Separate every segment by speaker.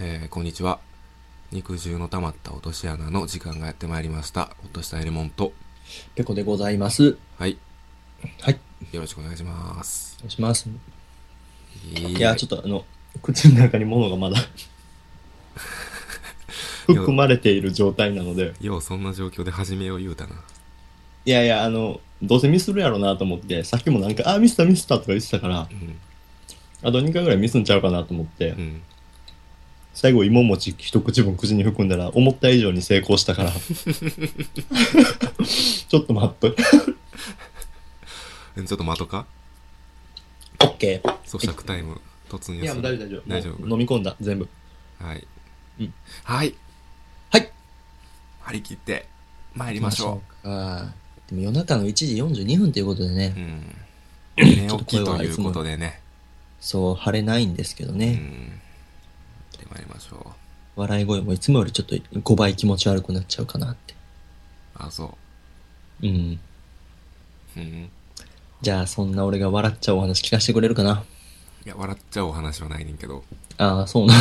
Speaker 1: えーこんにちは肉汁の溜まった落とし穴の時間がやってまいりました落としたエレモンと
Speaker 2: ペコでございます。
Speaker 1: はい
Speaker 2: はい、
Speaker 1: よろしくお願いします
Speaker 2: お願いします。い
Speaker 1: い
Speaker 2: や、ちょっとあの、口の中に物がま だ含まれている状態なので、
Speaker 1: ようそんな状況で始めよう言うたない
Speaker 2: やいや、あの、どうせミスるやろうなと思って、さっきもなんか、あ、ミスったミスったとか言ってたから
Speaker 1: う、ん
Speaker 2: あと2回ぐらいミスんちゃうかなと思って
Speaker 1: う、ん
Speaker 2: 最後芋餅一口分口に含んだら、思った以上に成功したから、 ちょっと待っとい。
Speaker 1: えちょっと待とか
Speaker 2: OK。
Speaker 1: 咀嚼タイム突入
Speaker 2: いや、もう
Speaker 1: す
Speaker 2: 大
Speaker 1: る
Speaker 2: 丈夫大丈夫。
Speaker 1: 大丈夫
Speaker 2: もう飲み込んだ、全部。
Speaker 1: はい、
Speaker 2: うん
Speaker 1: はい
Speaker 2: はい
Speaker 1: 張り切って参りましょ
Speaker 2: う。あーでも夜中の1時42分ということでね、
Speaker 1: ううん寝
Speaker 2: ちょ
Speaker 1: 起
Speaker 2: っと
Speaker 1: き
Speaker 2: 声
Speaker 1: と
Speaker 2: はいいうつも
Speaker 1: ことでね
Speaker 2: そう、晴れないんですけど
Speaker 1: う
Speaker 2: ね、
Speaker 1: ん行ってまいりましょう
Speaker 2: 笑い声もいつもよりちょっと5倍気持ち悪くなっちゃうかなって。
Speaker 1: あそ
Speaker 2: うん。
Speaker 1: ううん
Speaker 2: じゃあ、そんな俺が笑っちゃうお話聞かせてくれるかない
Speaker 1: や笑っちゃうお話はないねん けど、
Speaker 2: ああ、そうな。
Speaker 1: うん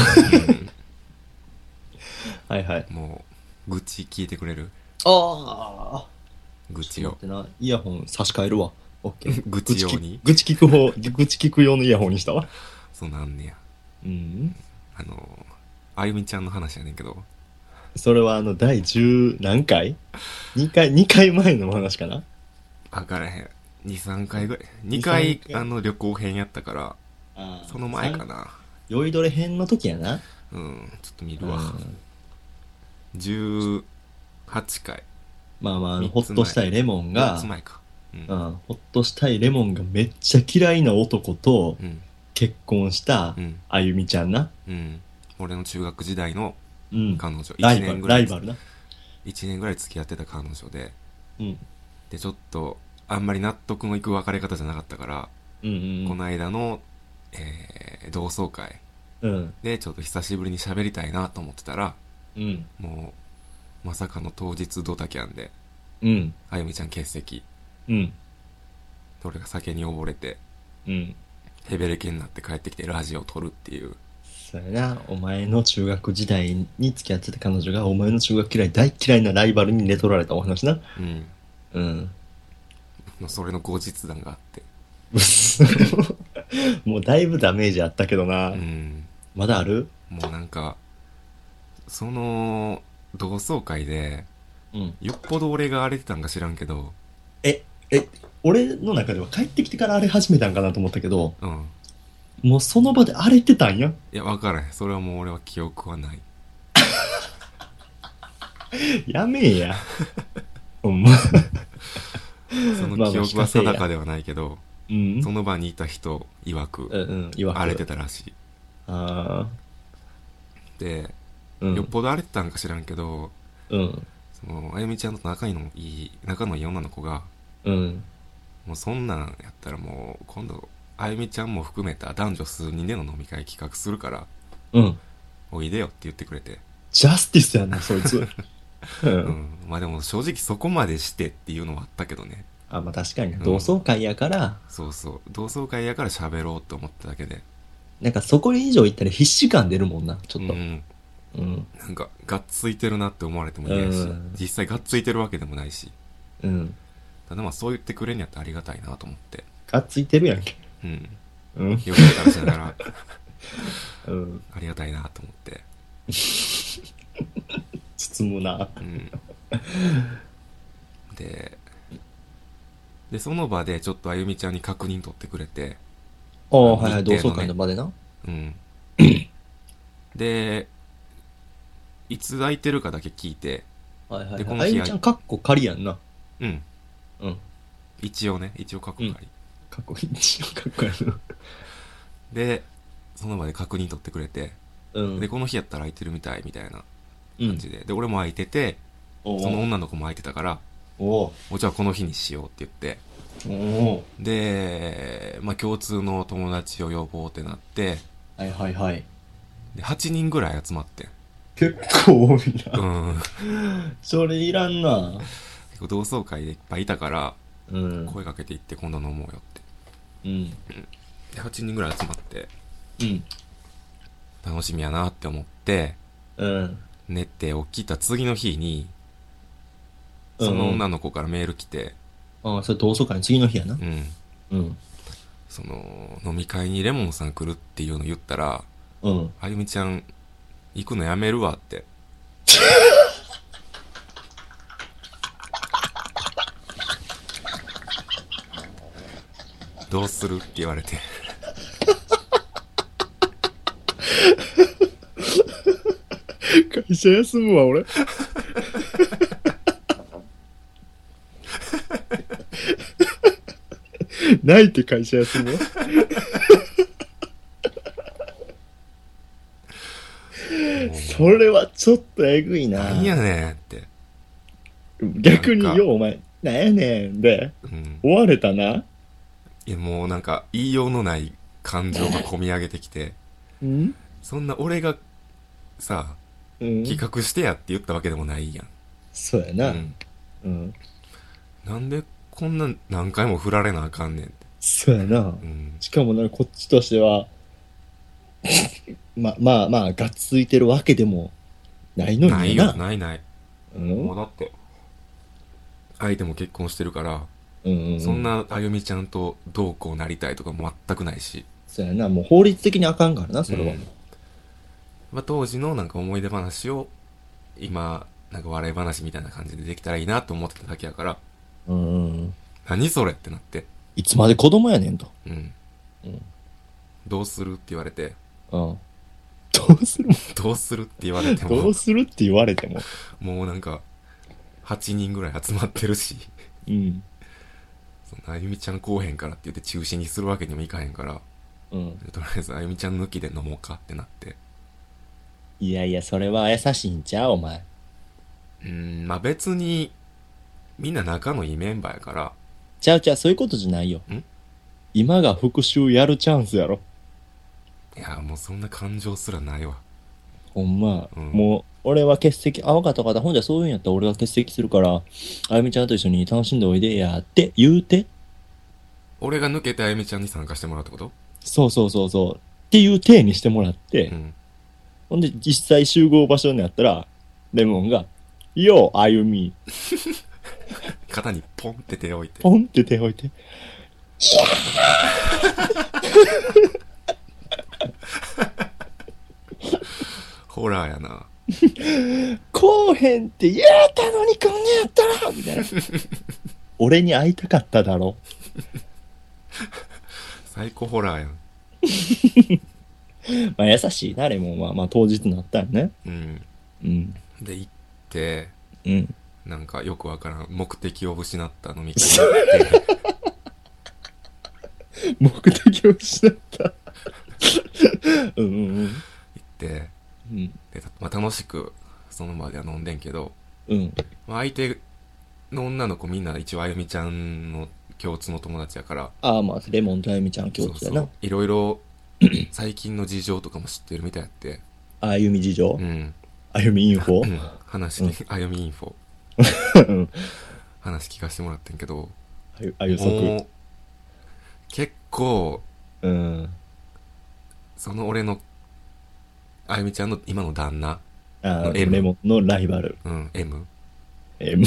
Speaker 2: はいはい。
Speaker 1: もう愚痴聞いてくれる
Speaker 2: ああ。
Speaker 1: 愚痴
Speaker 2: ちょっ
Speaker 1: を。
Speaker 2: と待ってな、イヤホン差し替えるわ。オッケー
Speaker 1: 愚痴用に
Speaker 2: 愚痴聞く方、愚痴聞く用のイヤホンにしたわ。
Speaker 1: そうなんねや
Speaker 2: うん。
Speaker 1: あのあゆみちゃんの話やねんけど
Speaker 2: それはあの、第10何回 ?2 回、2回前の話かな
Speaker 1: 分からへん23回ぐらい
Speaker 2: 二
Speaker 1: 2回
Speaker 2: 三回
Speaker 1: あの旅行編やったから
Speaker 2: あー
Speaker 1: その前か。な
Speaker 2: 酔いどれ編の時やな。
Speaker 1: うんちょっと見
Speaker 2: う
Speaker 1: る
Speaker 2: ん
Speaker 1: わ18回
Speaker 2: まあまああの、
Speaker 1: 三つ前
Speaker 2: ほっとしたいレモ
Speaker 1: 4
Speaker 2: ンが
Speaker 1: つ、前かうん
Speaker 2: うん、ほっとしたいレモンがめっちゃ嫌いな男と
Speaker 1: うん
Speaker 2: 結婚した
Speaker 1: うん
Speaker 2: あゆみちゃんな。
Speaker 1: うん俺の中学時代の
Speaker 2: うん。
Speaker 1: 彼女
Speaker 2: ライ
Speaker 1: 1
Speaker 2: バ
Speaker 1: 年
Speaker 2: ル、
Speaker 1: ぐ
Speaker 2: ラ
Speaker 1: らい
Speaker 2: イバルな。
Speaker 1: 1年ぐらい付き合ってた彼女で
Speaker 2: うん。
Speaker 1: でちょっとあんまり納得のいく別れ方じゃなかったから、
Speaker 2: うん
Speaker 1: この間の、えー同窓会
Speaker 2: うん。うん。
Speaker 1: でちょっと久しぶりに喋りたいなと思ってたら
Speaker 2: うん。
Speaker 1: もうまさかの当日ドタキャンで
Speaker 2: うん。
Speaker 1: あゆみちゃん欠席で
Speaker 2: うん。
Speaker 1: 俺が酒に溺れて
Speaker 2: うん。
Speaker 1: ヘベレケになって帰ってきてラジオを撮るっていう
Speaker 2: それな、お前の中学時代に付き合ってた彼女が、お前の中学嫌い、大嫌いなライバルに寝取られたお話な。
Speaker 1: うん
Speaker 2: うん。
Speaker 1: まあそれの後日談があって
Speaker 2: うっすもうだいぶダメージあったけどな。
Speaker 1: うん
Speaker 2: まだある
Speaker 1: もうなんかその同窓会で
Speaker 2: うん。
Speaker 1: よっぽど俺が荒れてたんか知らんけど
Speaker 2: え、え、俺の中では帰ってきてから荒れ始めたんかなと思ったけど、
Speaker 1: うん
Speaker 2: もうその場で荒れてたんや。
Speaker 1: いや分からへんそれはもう俺は記憶はない
Speaker 2: やめえ や。ほんま。
Speaker 1: そ
Speaker 2: ま
Speaker 1: の
Speaker 2: あ
Speaker 1: 記
Speaker 2: まあ
Speaker 1: 憶は定かではないけど、
Speaker 2: うん。
Speaker 1: その場にいた人曰
Speaker 2: う
Speaker 1: く
Speaker 2: んうん。言わ
Speaker 1: 荒れてたらしい。
Speaker 2: あ
Speaker 1: で、
Speaker 2: あ。うん。
Speaker 1: よっぽど荒れてたんか知らんけど、
Speaker 2: うん。
Speaker 1: そのあゆみちゃんと仲いいのいい仲のいい女の子が、
Speaker 2: うん。
Speaker 1: もうそんなんやったらもう今度あゆみちゃんも含めた男女数人での飲み会企画するから、
Speaker 2: うん。
Speaker 1: おいでよって言ってくれて、
Speaker 2: ジャスティスやな、そ いつ。
Speaker 1: う
Speaker 2: う。
Speaker 1: んん、まあでも正直そこまでしてっていうのはあったけどね。
Speaker 2: あ、まあ確かにな。
Speaker 1: うん
Speaker 2: 同窓会やから、
Speaker 1: そうそう同窓会やから喋ろうと思っただけで、
Speaker 2: なんかそこ以上行ったら必死感出るもんな、ち
Speaker 1: う
Speaker 2: ょっと。
Speaker 1: ん、
Speaker 2: うん。
Speaker 1: なんかがっついてるなって思われても嫌やし
Speaker 2: うん、
Speaker 1: 実際がっついてるわけでもないし。
Speaker 2: うん。
Speaker 1: ただまあそう言ってくれんやったらありがたいなと思って。
Speaker 2: がっついてるやんけ。
Speaker 1: うん。
Speaker 2: うん。
Speaker 1: よかったらしながら、
Speaker 2: うん。
Speaker 1: ありがたいなと思って。
Speaker 2: 包むな。
Speaker 1: うん。で、で、その場でちょっとあゆみちゃんに確認取ってくれて、
Speaker 2: ああ、はいはい、
Speaker 1: 日程のね
Speaker 2: 同窓会の場でな。
Speaker 1: うん。で、いつ空いてるかだけ聞いて、
Speaker 2: はいは
Speaker 1: で
Speaker 2: い
Speaker 1: こ
Speaker 2: は
Speaker 1: の
Speaker 2: い。
Speaker 1: 日
Speaker 2: あゆみちゃん、かっこ仮やんな。
Speaker 1: うん。
Speaker 2: うん。
Speaker 1: 一応ね、一応確認、
Speaker 2: かっこ いい。一応かっこやな。
Speaker 1: で、その場で確認取ってくれて、
Speaker 2: うん。
Speaker 1: で、この日やったら空いてるみたいみたいな
Speaker 2: う
Speaker 1: 感
Speaker 2: ん
Speaker 1: じ。で、で、俺も空いてて、
Speaker 2: お
Speaker 1: その
Speaker 2: お
Speaker 1: 女の子も空いてたから、
Speaker 2: おう
Speaker 1: おじゃあこの日にしようって言って、
Speaker 2: おう
Speaker 1: で、まあ、共通の友達を呼ぼうってなって、
Speaker 2: はいはいはい。
Speaker 1: で、8人ぐらい集まってん。
Speaker 2: 結構多いな。
Speaker 1: うん。
Speaker 2: それいらんな。
Speaker 1: 結 構同窓会でいっぱいいたから、
Speaker 2: うん。
Speaker 1: 声かけていって今度飲もうよっ
Speaker 2: うん。
Speaker 1: て。で、8人ぐらい集まって、
Speaker 2: うん。
Speaker 1: 楽しみやなって思って
Speaker 2: うん。
Speaker 1: 寝て起きた次の日にその女の子からメール来て、
Speaker 2: ああ、それ同窓会の次の日やな
Speaker 1: う。ん、
Speaker 2: うん。
Speaker 1: その飲み会にレモンさん来るっていうの言ったら
Speaker 2: うん。
Speaker 1: あゆみちゃん行くのやめるわって どうするって言われて
Speaker 2: 会社休むわ、俺。泣いて会社休むわ。
Speaker 1: もう
Speaker 2: それはちょっとえぐいな。
Speaker 1: 何やねんって、
Speaker 2: 逆に
Speaker 1: なんか
Speaker 2: ようお前なんやねんで
Speaker 1: うん、
Speaker 2: 追われたない
Speaker 1: やもうなんか言いようのない感情が込み上げてきて
Speaker 2: うん
Speaker 1: そんな俺がさ
Speaker 2: うん
Speaker 1: 企画してやって言ったわけでもないやん、
Speaker 2: そうや
Speaker 1: う
Speaker 2: なうん、
Speaker 1: ん、なんでこんな何回も振られなあかんねんって、
Speaker 2: そうやな
Speaker 1: うん、
Speaker 2: しかもなんかこっちとしては ままあまあがっついてるわけでもないの
Speaker 1: ない
Speaker 2: に
Speaker 1: よ
Speaker 2: な
Speaker 1: ないない
Speaker 2: うん
Speaker 1: もうだって相手も結婚してるから、
Speaker 2: うんう
Speaker 1: そんなあゆみちゃんとどうこうなりたいとかも全くないし、
Speaker 2: そうやなもう法律的にあかんからなそれは、
Speaker 1: うんまあ、当時のなんか思い出話を今なんか笑い話みたいな感じでできたらいいなと思ってただけやから
Speaker 2: うんうん、
Speaker 1: 何それってなって、
Speaker 2: いつまで子供やねんと、
Speaker 1: うん、
Speaker 2: うん
Speaker 1: どうするって言われて
Speaker 2: うん、どう する
Speaker 1: どうするって言われて
Speaker 2: ど
Speaker 1: も
Speaker 2: うするって言われても
Speaker 1: もうなんか8人ぐらい集まってるし
Speaker 2: うん
Speaker 1: そのあゆみちゃん来おへんからって言って中止にするわけにもいかへんから
Speaker 2: うん
Speaker 1: とりあえずあゆみちゃん抜きで飲もうかってなって
Speaker 2: いやいやそれは優しいんちゃうお前
Speaker 1: うーんまあ別にみんな仲のいいメンバーやから
Speaker 2: ちゃうちゃう、そういうことじゃないよ
Speaker 1: ん。
Speaker 2: 今が復讐やるチャンスやろ。
Speaker 1: いやもうそんな感情すらないわ
Speaker 2: ほんま。
Speaker 1: うん
Speaker 2: もう、俺は欠席、あ、わかったわかった。ほんじゃそういうんやったら俺が欠席するから、あゆみちゃんと一緒に楽しんでおいでやって言うて。
Speaker 1: 俺が抜けてあゆみちゃんに参加してもらうってこと
Speaker 2: そうそうそうそう。っていう体にしてもらって、
Speaker 1: うん
Speaker 2: ほんで実際集合場所になったら、レモンが、よう、あゆみ、
Speaker 1: 肩にポンって手を置いて
Speaker 2: ポンって手を置いて、
Speaker 1: ホラーやな
Speaker 2: こうへんって言えたのにこんなんやったらみ たいな。俺に会いたかっただろ。
Speaker 1: 最高ホラーやん
Speaker 2: まあ優しいな、レモンは。まあ当日になったよね。
Speaker 1: うん
Speaker 2: うん。
Speaker 1: で行って
Speaker 2: うん。
Speaker 1: なんかよくわからん目的を失った飲み会になって
Speaker 2: 目的を失った。うんうん
Speaker 1: 行って
Speaker 2: うん。
Speaker 1: で、まあ、楽しくその場では飲んでんけど、
Speaker 2: うん。
Speaker 1: まあ、相手の女の子みんな一応あゆみちゃんの共通の友達やから
Speaker 2: ああ、まあ、レモンとあゆみちゃん共通
Speaker 1: そ
Speaker 2: や
Speaker 1: うそ
Speaker 2: な
Speaker 1: う。いろいろ 最近の事情とかも知ってるみたいやって、
Speaker 2: あゆみ事情
Speaker 1: うん、
Speaker 2: あゆみインフ
Speaker 1: うん
Speaker 2: ォ
Speaker 1: 話に、 あゆみインフォ
Speaker 2: うん
Speaker 1: 話聞かせてもらってんけど
Speaker 2: あゆあゆそ
Speaker 1: も
Speaker 2: く。
Speaker 1: う結構
Speaker 2: うん。
Speaker 1: その俺のあゆみちゃんの今の旦那、
Speaker 2: ああ、
Speaker 1: M
Speaker 2: レモンのライバル。
Speaker 1: うん、M、
Speaker 2: M。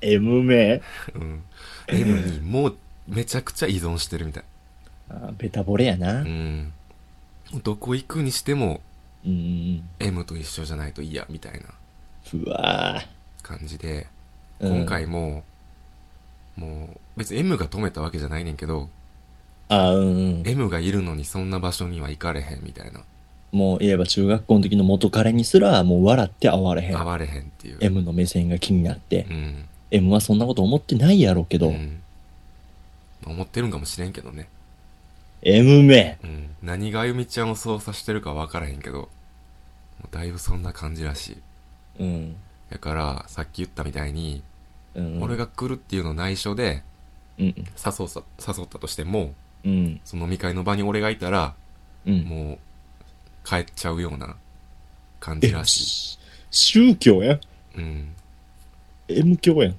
Speaker 2: M 名
Speaker 1: うん、M にもうめちゃくちゃ依存してるみたい、
Speaker 2: ああベタボレやな。
Speaker 1: う
Speaker 2: うん
Speaker 1: ん、どこ行くにしても
Speaker 2: うん
Speaker 1: M と一緒じゃないと嫌みたいな
Speaker 2: うん。うわあ。
Speaker 1: 感じで
Speaker 2: うん
Speaker 1: 今。回も、もう別に M が止めたわけじゃないねんけど
Speaker 2: ああ、うんうん。
Speaker 1: M がいるのにそんな場所には行かれへんみたいな
Speaker 2: もう、いえば中学校の時の元彼にすら、もう笑って会われへ
Speaker 1: 会
Speaker 2: ん。
Speaker 1: われへんっていう、
Speaker 2: M の目線が気になって
Speaker 1: う。ん
Speaker 2: M はそんなこと思ってないやろうけ
Speaker 1: う
Speaker 2: ど、
Speaker 1: んまあ思ってるんかもしれんけどね、
Speaker 2: M 名。
Speaker 1: うん、何があゆみちゃんを操作してるか分からへんけどもうだいぶそんな感じらしい
Speaker 2: うん。
Speaker 1: だからさっき言ったみたいに、
Speaker 2: うん。
Speaker 1: 俺が来るっていうのを内緒で
Speaker 2: うん
Speaker 1: 誘うさ誘ったとしても
Speaker 2: うん。
Speaker 1: その飲み会の場に俺がいたら
Speaker 2: うん。
Speaker 1: もう帰っちゃうような感
Speaker 2: え
Speaker 1: じらし
Speaker 2: し宗教やん。
Speaker 1: い。うん。
Speaker 2: M 教や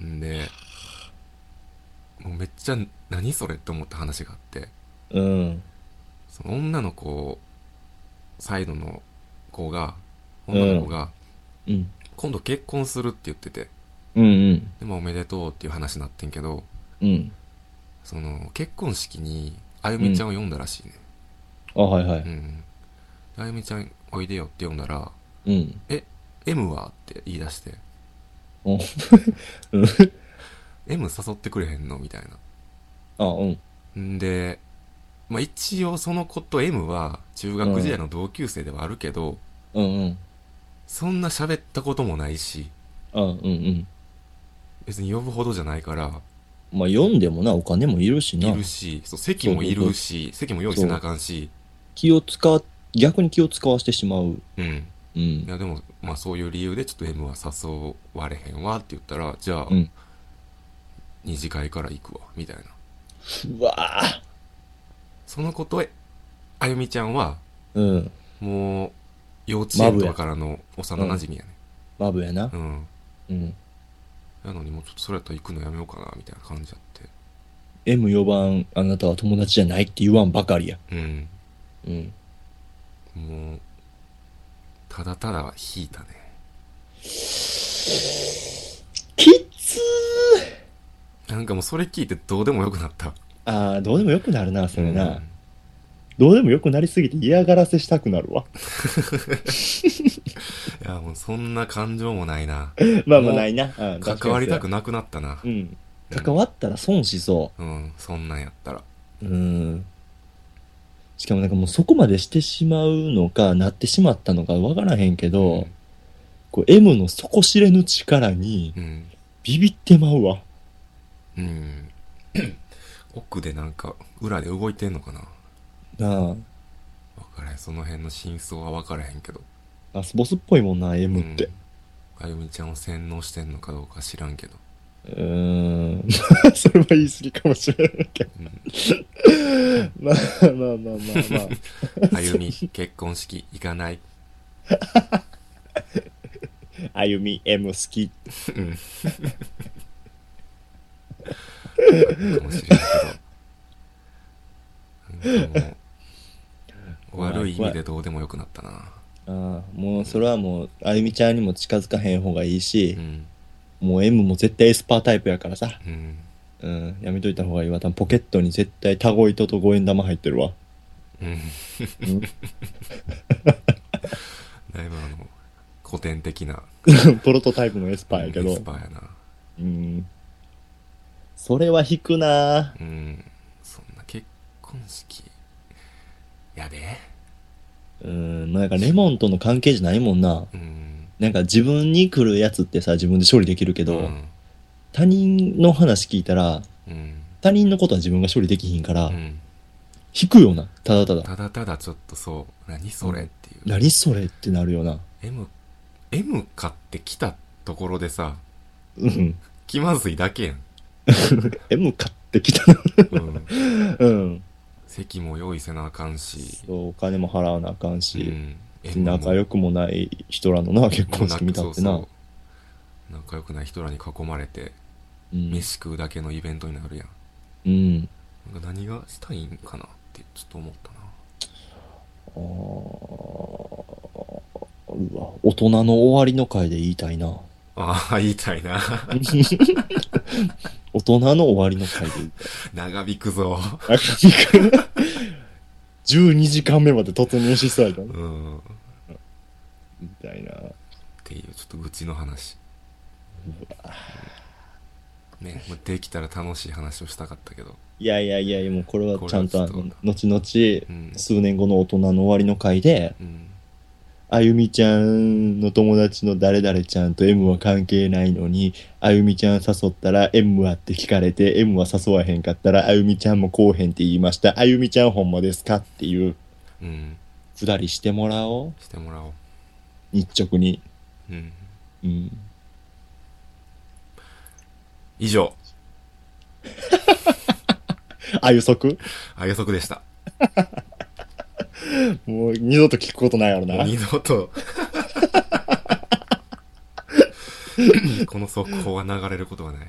Speaker 2: ん。
Speaker 1: んで、もうめっちゃ何それって思った話があって、
Speaker 2: うん。
Speaker 1: その女の子サイドの子が、女の子が、
Speaker 2: うん。
Speaker 1: 今度結婚するって言ってて、
Speaker 2: うんうん。
Speaker 1: でもおめでとうっていう話になってんけど、
Speaker 2: うん。
Speaker 1: その、結婚式に、あゆみちゃんを呼んだらしいね。
Speaker 2: あ、はいは
Speaker 1: う
Speaker 2: い。
Speaker 1: ん。であゆみちゃん、おいでよって呼んだら、
Speaker 2: うん。
Speaker 1: え、M はって言い出して、
Speaker 2: お
Speaker 1: M 誘ってくれへんのみたい
Speaker 2: あ、うん。
Speaker 1: な。んで、まあ、一応その子と M は中学時代の同級生ではあるけど、
Speaker 2: うんうん。
Speaker 1: そんな喋ったこともないし、
Speaker 2: あ、うんうん。
Speaker 1: 別に呼ぶほどじゃないから、
Speaker 2: まあ、読んでもな、お金もいるし
Speaker 1: い
Speaker 2: な。
Speaker 1: るし、そう席もいるし、席も用意せなあかんし、
Speaker 2: 気を使わ、逆に気を使わせてしまう。
Speaker 1: うん。
Speaker 2: う
Speaker 1: い
Speaker 2: ん。
Speaker 1: やでも、まあそういう理由でちょっと M は誘われへんわって言ったら、じゃあ、
Speaker 2: うん
Speaker 1: 二次会から行くわ、みたいな。
Speaker 2: うわぁ。
Speaker 1: そのことへ、あゆみちゃんは、
Speaker 2: うん。
Speaker 1: もう、幼稚園とかからの幼馴染やね。
Speaker 2: マブやな
Speaker 1: う。ん。
Speaker 2: うん。
Speaker 1: なのにもうちょっとそれやったら行くのやめようかな、みたいな感じやっ
Speaker 2: M4 番、あなたは友達じゃないって言わんばかりや。
Speaker 1: て。うん。
Speaker 2: うん。
Speaker 1: もう、ただただ引いたね。
Speaker 2: きっつー
Speaker 1: なんかもうそれ聞いてどうでもよくなった。
Speaker 2: ああ、どうでもよくなるな、それな。
Speaker 1: うん
Speaker 2: どうでもよくなりすぎて嫌がらせしたくなるわ。
Speaker 1: いや、もうそんな感情もないな。
Speaker 2: まあま
Speaker 1: も
Speaker 2: あ
Speaker 1: う
Speaker 2: ないな。うん
Speaker 1: 関わりたく
Speaker 2: な
Speaker 1: なくなったな
Speaker 2: う。ん。関わったら損しそ
Speaker 1: うん、そんなんやったら。
Speaker 2: う。うん。しかもなんかもうそこまでしてしまうのか、なってしまったのかわからへんけど、こう M の底知れぬ力に
Speaker 1: うん。
Speaker 2: ビビってまうわ。
Speaker 1: うん。奥でなんか、裏で動いてんのかな
Speaker 2: な
Speaker 1: わからへん。その辺の真相はわからへんけど。
Speaker 2: あ、ラスボスっぽいもんな、
Speaker 1: う
Speaker 2: M っ
Speaker 1: ん
Speaker 2: て。。
Speaker 1: あゆみちゃんを洗脳してんのかどうか知らんけど。
Speaker 2: うーん。 まあそれは言い過ぎかもしれないけど。
Speaker 1: うん。
Speaker 2: まあまあまあまあまあ。
Speaker 1: あゆ み、結婚式行かない。
Speaker 2: あゆみ M 好き。
Speaker 1: うん。かもしれんけど。なんかもう、悪い意味でどうでもよくなったな。
Speaker 2: ああ、もうそれはもう、あゆみちゃんにも近づかへん方がいいし
Speaker 1: う、ん。
Speaker 2: もう M も絶対エスパータイプやからさ。
Speaker 1: うん。
Speaker 2: うん、やめといた方がいいわ。多分ポケットに絶対タゴ糸と五円玉入ってるわ。
Speaker 1: うん。
Speaker 2: うん、
Speaker 1: だいぶあの、古典的な。
Speaker 2: プロトタイプのエスパーやけ
Speaker 1: エ
Speaker 2: ど
Speaker 1: ス。パーやな。
Speaker 2: うん。それは引くなぁ
Speaker 1: うん。そんな結婚式。やで。
Speaker 2: うん、まあなんかレモンとの関係じゃないもんな。
Speaker 1: うん。
Speaker 2: なんか自分に来るやつってさ、自分で処理できるけど、
Speaker 1: うん。
Speaker 2: 他人の話聞いたら、
Speaker 1: うん。
Speaker 2: 他人のことは自分が処理できひんから、
Speaker 1: うん
Speaker 2: 引くよな、ただただ。
Speaker 1: ただただちょっとそう、何それっていう。
Speaker 2: 何それってなるよな。
Speaker 1: M、M 買ってきたところでさ、
Speaker 2: うん。
Speaker 1: 気まずいだけやん。
Speaker 2: M 買ってきたな。
Speaker 1: うん。
Speaker 2: うん。
Speaker 1: 席も用意せなあかんし。
Speaker 2: そう、お金も払わなあかん
Speaker 1: う
Speaker 2: し、
Speaker 1: ん。
Speaker 2: 仲良くもない人らのな、結婚式見たってな。
Speaker 1: そうそう仲良くない人らに囲まれて、
Speaker 2: うん
Speaker 1: 飯食うだけのイベントになるやん。
Speaker 2: うん。
Speaker 1: なんか何がしたいんかなってちょっと思ったな。
Speaker 2: あーうわ、大人の終わりの会で言いたいな。
Speaker 1: ああ、言いたいな。
Speaker 2: 大人の終わりの会で言 いたい。
Speaker 1: 長引くぞ。
Speaker 2: あなんか12時間目まで突入しそうやったな
Speaker 1: うん。っ
Speaker 2: みたいな。
Speaker 1: ていう、ちょっと愚痴の話。ね、もうできたら楽しい話をしたかったけど。
Speaker 2: いやいやいやいや、もうこれはちゃんとあ
Speaker 1: これ
Speaker 2: の
Speaker 1: はちょ、
Speaker 2: 後々
Speaker 1: う、ん。
Speaker 2: 数年後の大人の終わりの会で、
Speaker 1: うん。
Speaker 2: あゆみちゃんの友達の誰々ちゃんと M は関係ないのに、あゆみちゃん誘ったら M はって聞かれて、M は誘わへんかったら、あゆみちゃんもこうへんって言いました。あゆみちゃんほんまですかっていう、
Speaker 1: うん。
Speaker 2: くだりしてもらおう。
Speaker 1: してもらおう。
Speaker 2: 日直に。
Speaker 1: うん。
Speaker 2: うん。
Speaker 1: 以上、
Speaker 2: あゆそく
Speaker 1: あ予測でした。
Speaker 2: もう二度と聞くことないやろ
Speaker 1: もう
Speaker 2: な。
Speaker 1: 二度と。 この速報は流れることはない。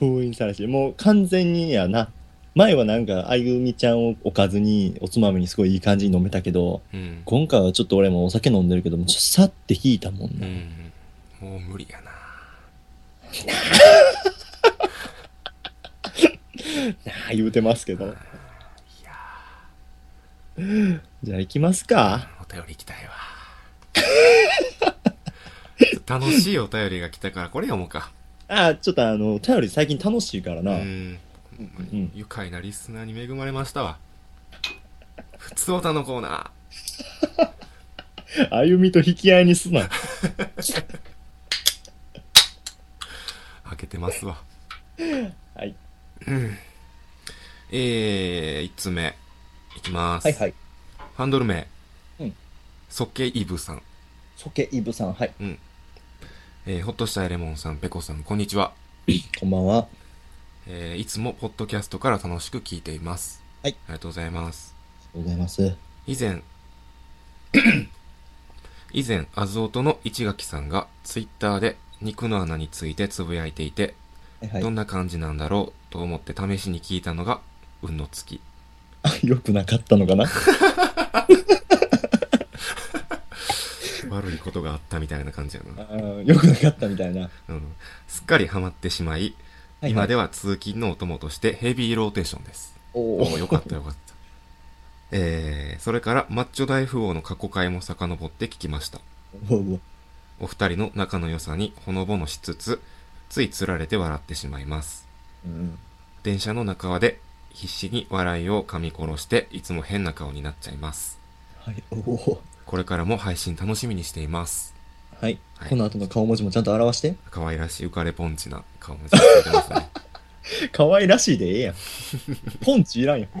Speaker 2: 封印されし、もう完全にやな。前はなんか、あゆみちゃんをおかずに、おつまみにすごいいい感じに飲めたけど、
Speaker 1: うん。
Speaker 2: 今回はちょっと俺もお酒飲んでるけど、もうちょっとさって引いたもん
Speaker 1: う
Speaker 2: な。
Speaker 1: ん。もう無理やな。
Speaker 2: ああ 言うてますけど。じゃあ行きますか。
Speaker 1: お便り行きたいわ。 楽しいお便りが来たから、これ読もうか。
Speaker 2: ああ、ちょっとあの、頼り最近楽しいから
Speaker 1: う
Speaker 2: な。
Speaker 1: ん。
Speaker 2: うん
Speaker 1: 愉快なリスナーに恵まれましたわ。普通おたのコーナ
Speaker 2: あゆみと引き合いにすな。
Speaker 1: ー、開けてますわ。
Speaker 2: はい。
Speaker 1: えー、一つ目。いきます。
Speaker 2: はいはい。
Speaker 1: ハンドル名。
Speaker 2: うん。
Speaker 1: そっけイブさん。
Speaker 2: ソケイブさん、はい。
Speaker 1: えー、ほっとしたいレモンさん、ペコさん、こんにちは。
Speaker 2: こんばんは。
Speaker 1: えー、いつもポッドキャストから楽しく聞いています。
Speaker 2: はい。
Speaker 1: ありがとうございます。
Speaker 2: ありがとうございます。
Speaker 1: 以前、 以前、アズオトの市垣さんがツイッターで肉の穴についてつぶやいていて、
Speaker 2: はい
Speaker 1: ど
Speaker 2: は
Speaker 1: んな感じなんだろうと思って試しに聞いたのが、運の月。
Speaker 2: い。よくなかったのかな
Speaker 1: 悪いことがあったみたいな感じや
Speaker 2: あ
Speaker 1: な。
Speaker 2: ーよくなかったみたいな。
Speaker 1: うん。すっかりハマってしまい、今では通勤のお供としてヘビーローテーションです。
Speaker 2: お
Speaker 1: お
Speaker 2: ー
Speaker 1: ーよかったよかった。えー、それからマッチョ大富豪の過去回も遡って聞きました。
Speaker 2: おー
Speaker 1: お二人の仲の良さにほのぼのしつつ、ついつられて笑ってしまいます。
Speaker 2: うん
Speaker 1: 電車の中輪で必死に笑いを噛み殺して、いつも変な顔になっちゃいます。
Speaker 2: はい、おー
Speaker 1: これからも配信楽しみにしています。
Speaker 2: はい。
Speaker 1: はい
Speaker 2: この後の顔文字もちゃんと表して。
Speaker 1: 可愛らしい浮かれポンチな顔もしてますね。
Speaker 2: 可愛らしいでええやん。ポンチいらんやん。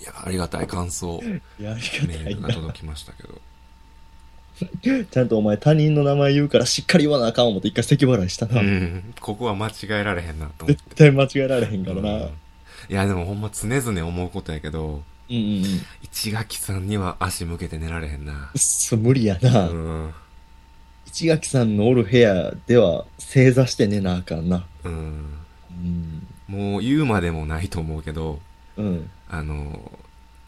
Speaker 1: いや、ありがたい感想、
Speaker 2: いや、あり
Speaker 1: メ
Speaker 2: がた
Speaker 1: ー
Speaker 2: い
Speaker 1: ル
Speaker 2: な
Speaker 1: が。届きましたけど。
Speaker 2: ちゃんとお前他人の名前言うからしっかり言わなあかん思って一回咳払いしたな。
Speaker 1: うん、ここは間違えられへんなと思って
Speaker 2: 絶。対間違えられへんからな。うん
Speaker 1: うんいや、でもほんま常々思うことやけど、
Speaker 2: うんうん。
Speaker 1: 市垣さんには足向けて寝られへんな。
Speaker 2: そう、無理やな。
Speaker 1: うん。
Speaker 2: 市垣さんのおる部屋では正座して寝なあかんな。
Speaker 1: うん。
Speaker 2: うん。
Speaker 1: もう言うまでもないと思うけど、
Speaker 2: うん。
Speaker 1: あの、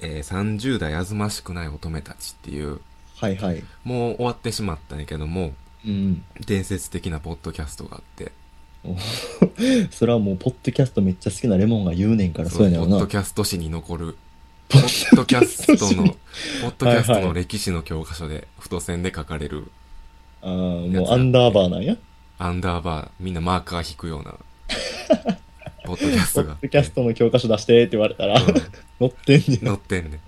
Speaker 1: えー30代あずましくない乙女たちっていう、
Speaker 2: はいはい。
Speaker 1: もう終わってしまったんやけども、
Speaker 2: うん。
Speaker 1: 伝説的なポッドキャストがあって、
Speaker 2: それはもう、ポッドキャストめっちゃ好きなレモンが言うねんから、そうやね
Speaker 1: ポ
Speaker 2: ん
Speaker 1: ッ
Speaker 2: な
Speaker 1: ド。キャスト史に残る、ポッドキャストの、ポッドキャストの歴史の教科書で、太線で書かれる、
Speaker 2: ああ、もうアンダーバーなんや。
Speaker 1: アンダーバー、みんなマーカー引くような、 ポッドキャス
Speaker 2: ポ
Speaker 1: ト
Speaker 2: ッ
Speaker 1: が。
Speaker 2: ドキャストの教科書出してって言われたら、載ってんね
Speaker 1: うん載ってんねん。
Speaker 2: ん。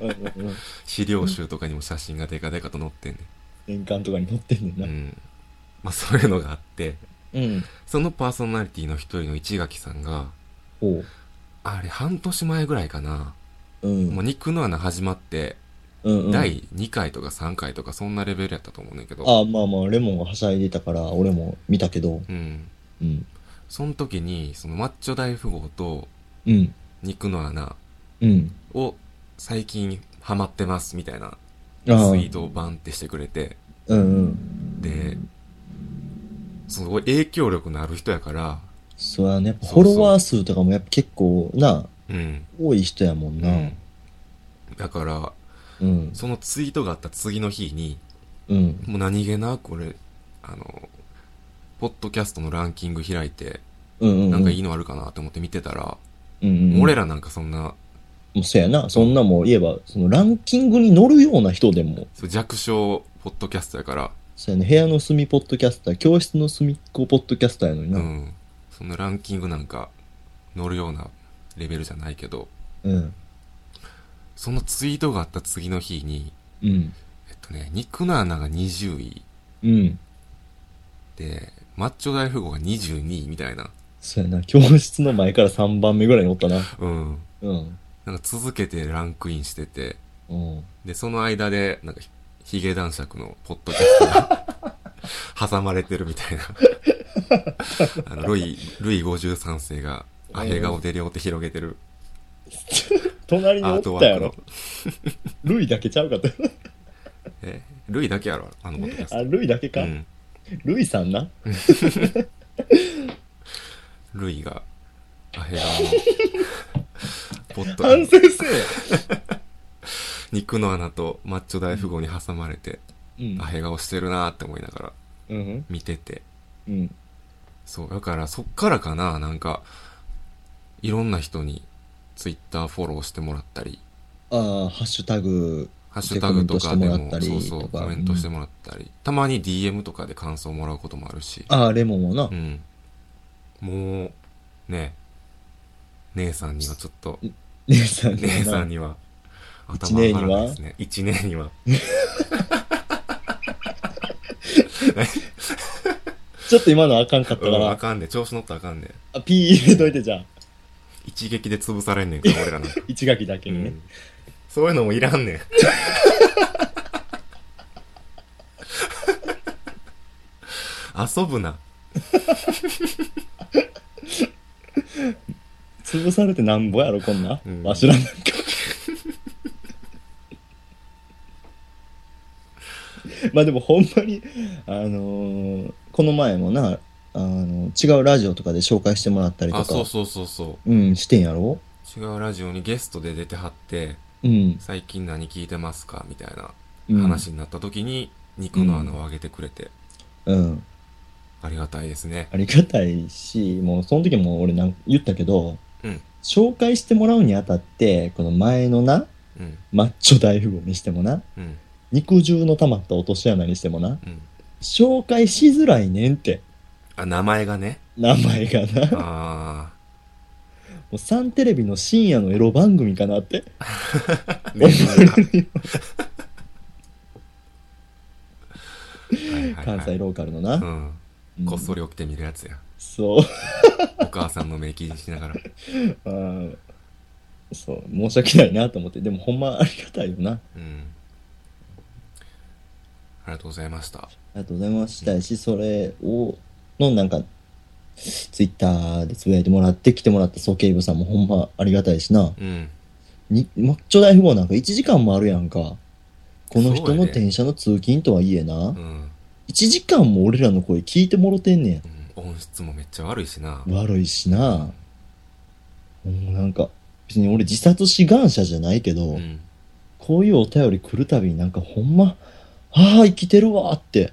Speaker 2: うんうんうん
Speaker 1: 資料集とかにも写真がデカデカと載ってんね
Speaker 2: 年間とかに載ってん
Speaker 1: ん。う
Speaker 2: ねんな。
Speaker 1: ん。まあそういうのがあって、
Speaker 2: うん。
Speaker 1: そのパーソナリティの一人の市垣さんが、
Speaker 2: ほ
Speaker 1: あれ半年前ぐらいかな、
Speaker 2: う。うん。
Speaker 1: もう肉の穴始まって、
Speaker 2: うんうん、
Speaker 1: 第2回とか3回とかそんなレベルやったと思うねんだけど、
Speaker 2: ああ、まあまあ、レモンがはしゃいでたから、俺も見たけど。
Speaker 1: うん。
Speaker 2: うん。
Speaker 1: その時に、そのマッチョ大富豪と
Speaker 2: うん。
Speaker 1: 肉の穴
Speaker 2: うん。
Speaker 1: を最近ハマってますみたいなツイ
Speaker 2: ああ。
Speaker 1: ートをバンってしてくれて、
Speaker 2: うんうん。
Speaker 1: で、すごい影響力のある人やから、
Speaker 2: そうやね。
Speaker 1: そう
Speaker 2: フォロワー数とかもやっぱ結構な、
Speaker 1: うん。
Speaker 2: 多い人やもんな。
Speaker 1: だから、
Speaker 2: うん。
Speaker 1: そのツイートがあった次の日に、
Speaker 2: うん。
Speaker 1: もう何気なく俺、あの、ポッドキャストのランキング開いて、
Speaker 2: うんうん。
Speaker 1: なんかいいのあるかなと思って見てたら、
Speaker 2: うんうん、
Speaker 1: 俺らなんかそんな、
Speaker 2: もうそうやな。そんなもん言えば、そのランキングに乗るような人でも、
Speaker 1: そう弱小ポッドキャストやから、
Speaker 2: そうやね。部屋の隅ポッドキャスター、教室の隅っこポッドキャスターやのに
Speaker 1: う
Speaker 2: な。
Speaker 1: ん。そんなランキングなんか乗るようなレベルじゃないけど、
Speaker 2: うん。
Speaker 1: そのツイートがあった次の日に、
Speaker 2: うん。
Speaker 1: えっとね、肉の穴が20位、
Speaker 2: うん。
Speaker 1: で、マッチョ大富豪が22位みたいな。
Speaker 2: そうやな。教室の前から3番目ぐらいにおったな。
Speaker 1: うん。
Speaker 2: うん。
Speaker 1: なんか続けてランクインしてて、
Speaker 2: うん。
Speaker 1: で、その間で、なんかひ、ヒゲ男爵のポッドキャストが 挟まれてるみたいな。あの、ルイ、ルイ53世が、アヘ顔で両手広げてる
Speaker 2: 隣に
Speaker 1: ア
Speaker 2: お
Speaker 1: ー
Speaker 2: っ
Speaker 1: トワ
Speaker 2: た
Speaker 1: ー
Speaker 2: や
Speaker 1: ク
Speaker 2: ろ
Speaker 1: の。。
Speaker 2: ルイだけちゃうかと。
Speaker 1: えルイだけやろあのポッドキャス
Speaker 2: あ、
Speaker 1: ト。
Speaker 2: ルイだけか。
Speaker 1: うん。
Speaker 2: ルイさんな。
Speaker 1: ルイが、平川 のポッ
Speaker 2: 反
Speaker 1: ト
Speaker 2: 省せ
Speaker 1: 肉の穴とマッチョ大富豪に挟まれて、
Speaker 2: え。うん
Speaker 1: ア。ヘ顔してるなーって思いながら
Speaker 2: うん。
Speaker 1: 見てて
Speaker 2: うん。
Speaker 1: そうだからそっからかななんかいろんな人にツイッターフォローしてもらったり
Speaker 2: ああ、ハッシュタグ。
Speaker 1: ハッシュタグとかで
Speaker 2: コメン
Speaker 1: も
Speaker 2: トしても
Speaker 1: そ
Speaker 2: ら
Speaker 1: うそ
Speaker 2: ったり
Speaker 1: う
Speaker 2: とか
Speaker 1: コメントしてもらったり、たまに DM とかで感想もらうこともあるし
Speaker 2: ああ、レモンもな
Speaker 1: う。んもうね姉さんにはちょっと
Speaker 2: 姉さんにもな
Speaker 1: 姉さんには
Speaker 2: 一年に
Speaker 1: 上
Speaker 2: は
Speaker 1: がらないですね一年には
Speaker 2: ちょっと今のあかんかったか
Speaker 1: うんあ
Speaker 2: ら、
Speaker 1: かんで調子乗ったらあかんで
Speaker 2: あピー入れといてじゃあ。
Speaker 1: 一撃で潰されんねんから俺らなんか
Speaker 2: 一書きだけ
Speaker 1: う
Speaker 2: にね。
Speaker 1: んそういうのもいらんねん。遊ぶな。
Speaker 2: 潰されてなんぼやろ、こんな
Speaker 1: うん。
Speaker 2: わし らなんか。まあでもほんまに、あのーこの前もな、あの違うラジオとかで紹介してもらったりと
Speaker 1: あ、
Speaker 2: か、
Speaker 1: そうそうそうそ
Speaker 2: うん、してんやろ
Speaker 1: う。違うラジオにゲストで出てはって、
Speaker 2: うん。
Speaker 1: 最近何聞いてますかみたいな
Speaker 2: うん。
Speaker 1: 話になった時に、肉の穴をあげてくれて、
Speaker 2: うん。
Speaker 1: ありがたいですね。
Speaker 2: ありがたいし、もうその時も俺なん言ったけど、
Speaker 1: うん
Speaker 2: 紹介してもらうにあたって、この前のな、
Speaker 1: うん、
Speaker 2: マッチョ大富豪にしてもな、
Speaker 1: うん、
Speaker 2: 肉汁の溜まった落とし穴にしてもな、
Speaker 1: うん。
Speaker 2: 紹介しづらいねんって、
Speaker 1: あ、名前が ね。
Speaker 2: 名前がな。も
Speaker 1: あ
Speaker 2: うサンテレビの深夜のエロ番組かなって。
Speaker 1: あ。 ね、はいはいはい
Speaker 2: 関西ローカルのな。
Speaker 1: うん。
Speaker 2: うん
Speaker 1: こっそり起きてみるやつや。
Speaker 2: そう。
Speaker 1: お母さんの目気にしながら。
Speaker 2: あーそう、申し訳ないなと思って。でもほんまありがたいよな。
Speaker 1: うん。ありがとうございました。
Speaker 2: ありがとうございましたし、それを、のなんか、ツイッターでつぶやいてもらって、来てもらった総警部さんもほんまありがたいしな。
Speaker 1: うん。
Speaker 2: にマッチョ大富豪なんか1時間もあるやんか。この
Speaker 1: そ
Speaker 2: 人
Speaker 1: うや
Speaker 2: の
Speaker 1: ね
Speaker 2: 電車の通勤とはいえな
Speaker 1: う、ん。
Speaker 2: 1時間も俺らの声聞いてもろてんね
Speaker 1: うん音質もめっちゃ悪いしな。
Speaker 2: ん。悪いしな。もうなんか、別に俺自殺志願者じゃないけど、
Speaker 1: うん。
Speaker 2: こういうお便り来るたびになんかほんま、ああ、生きてるわーって、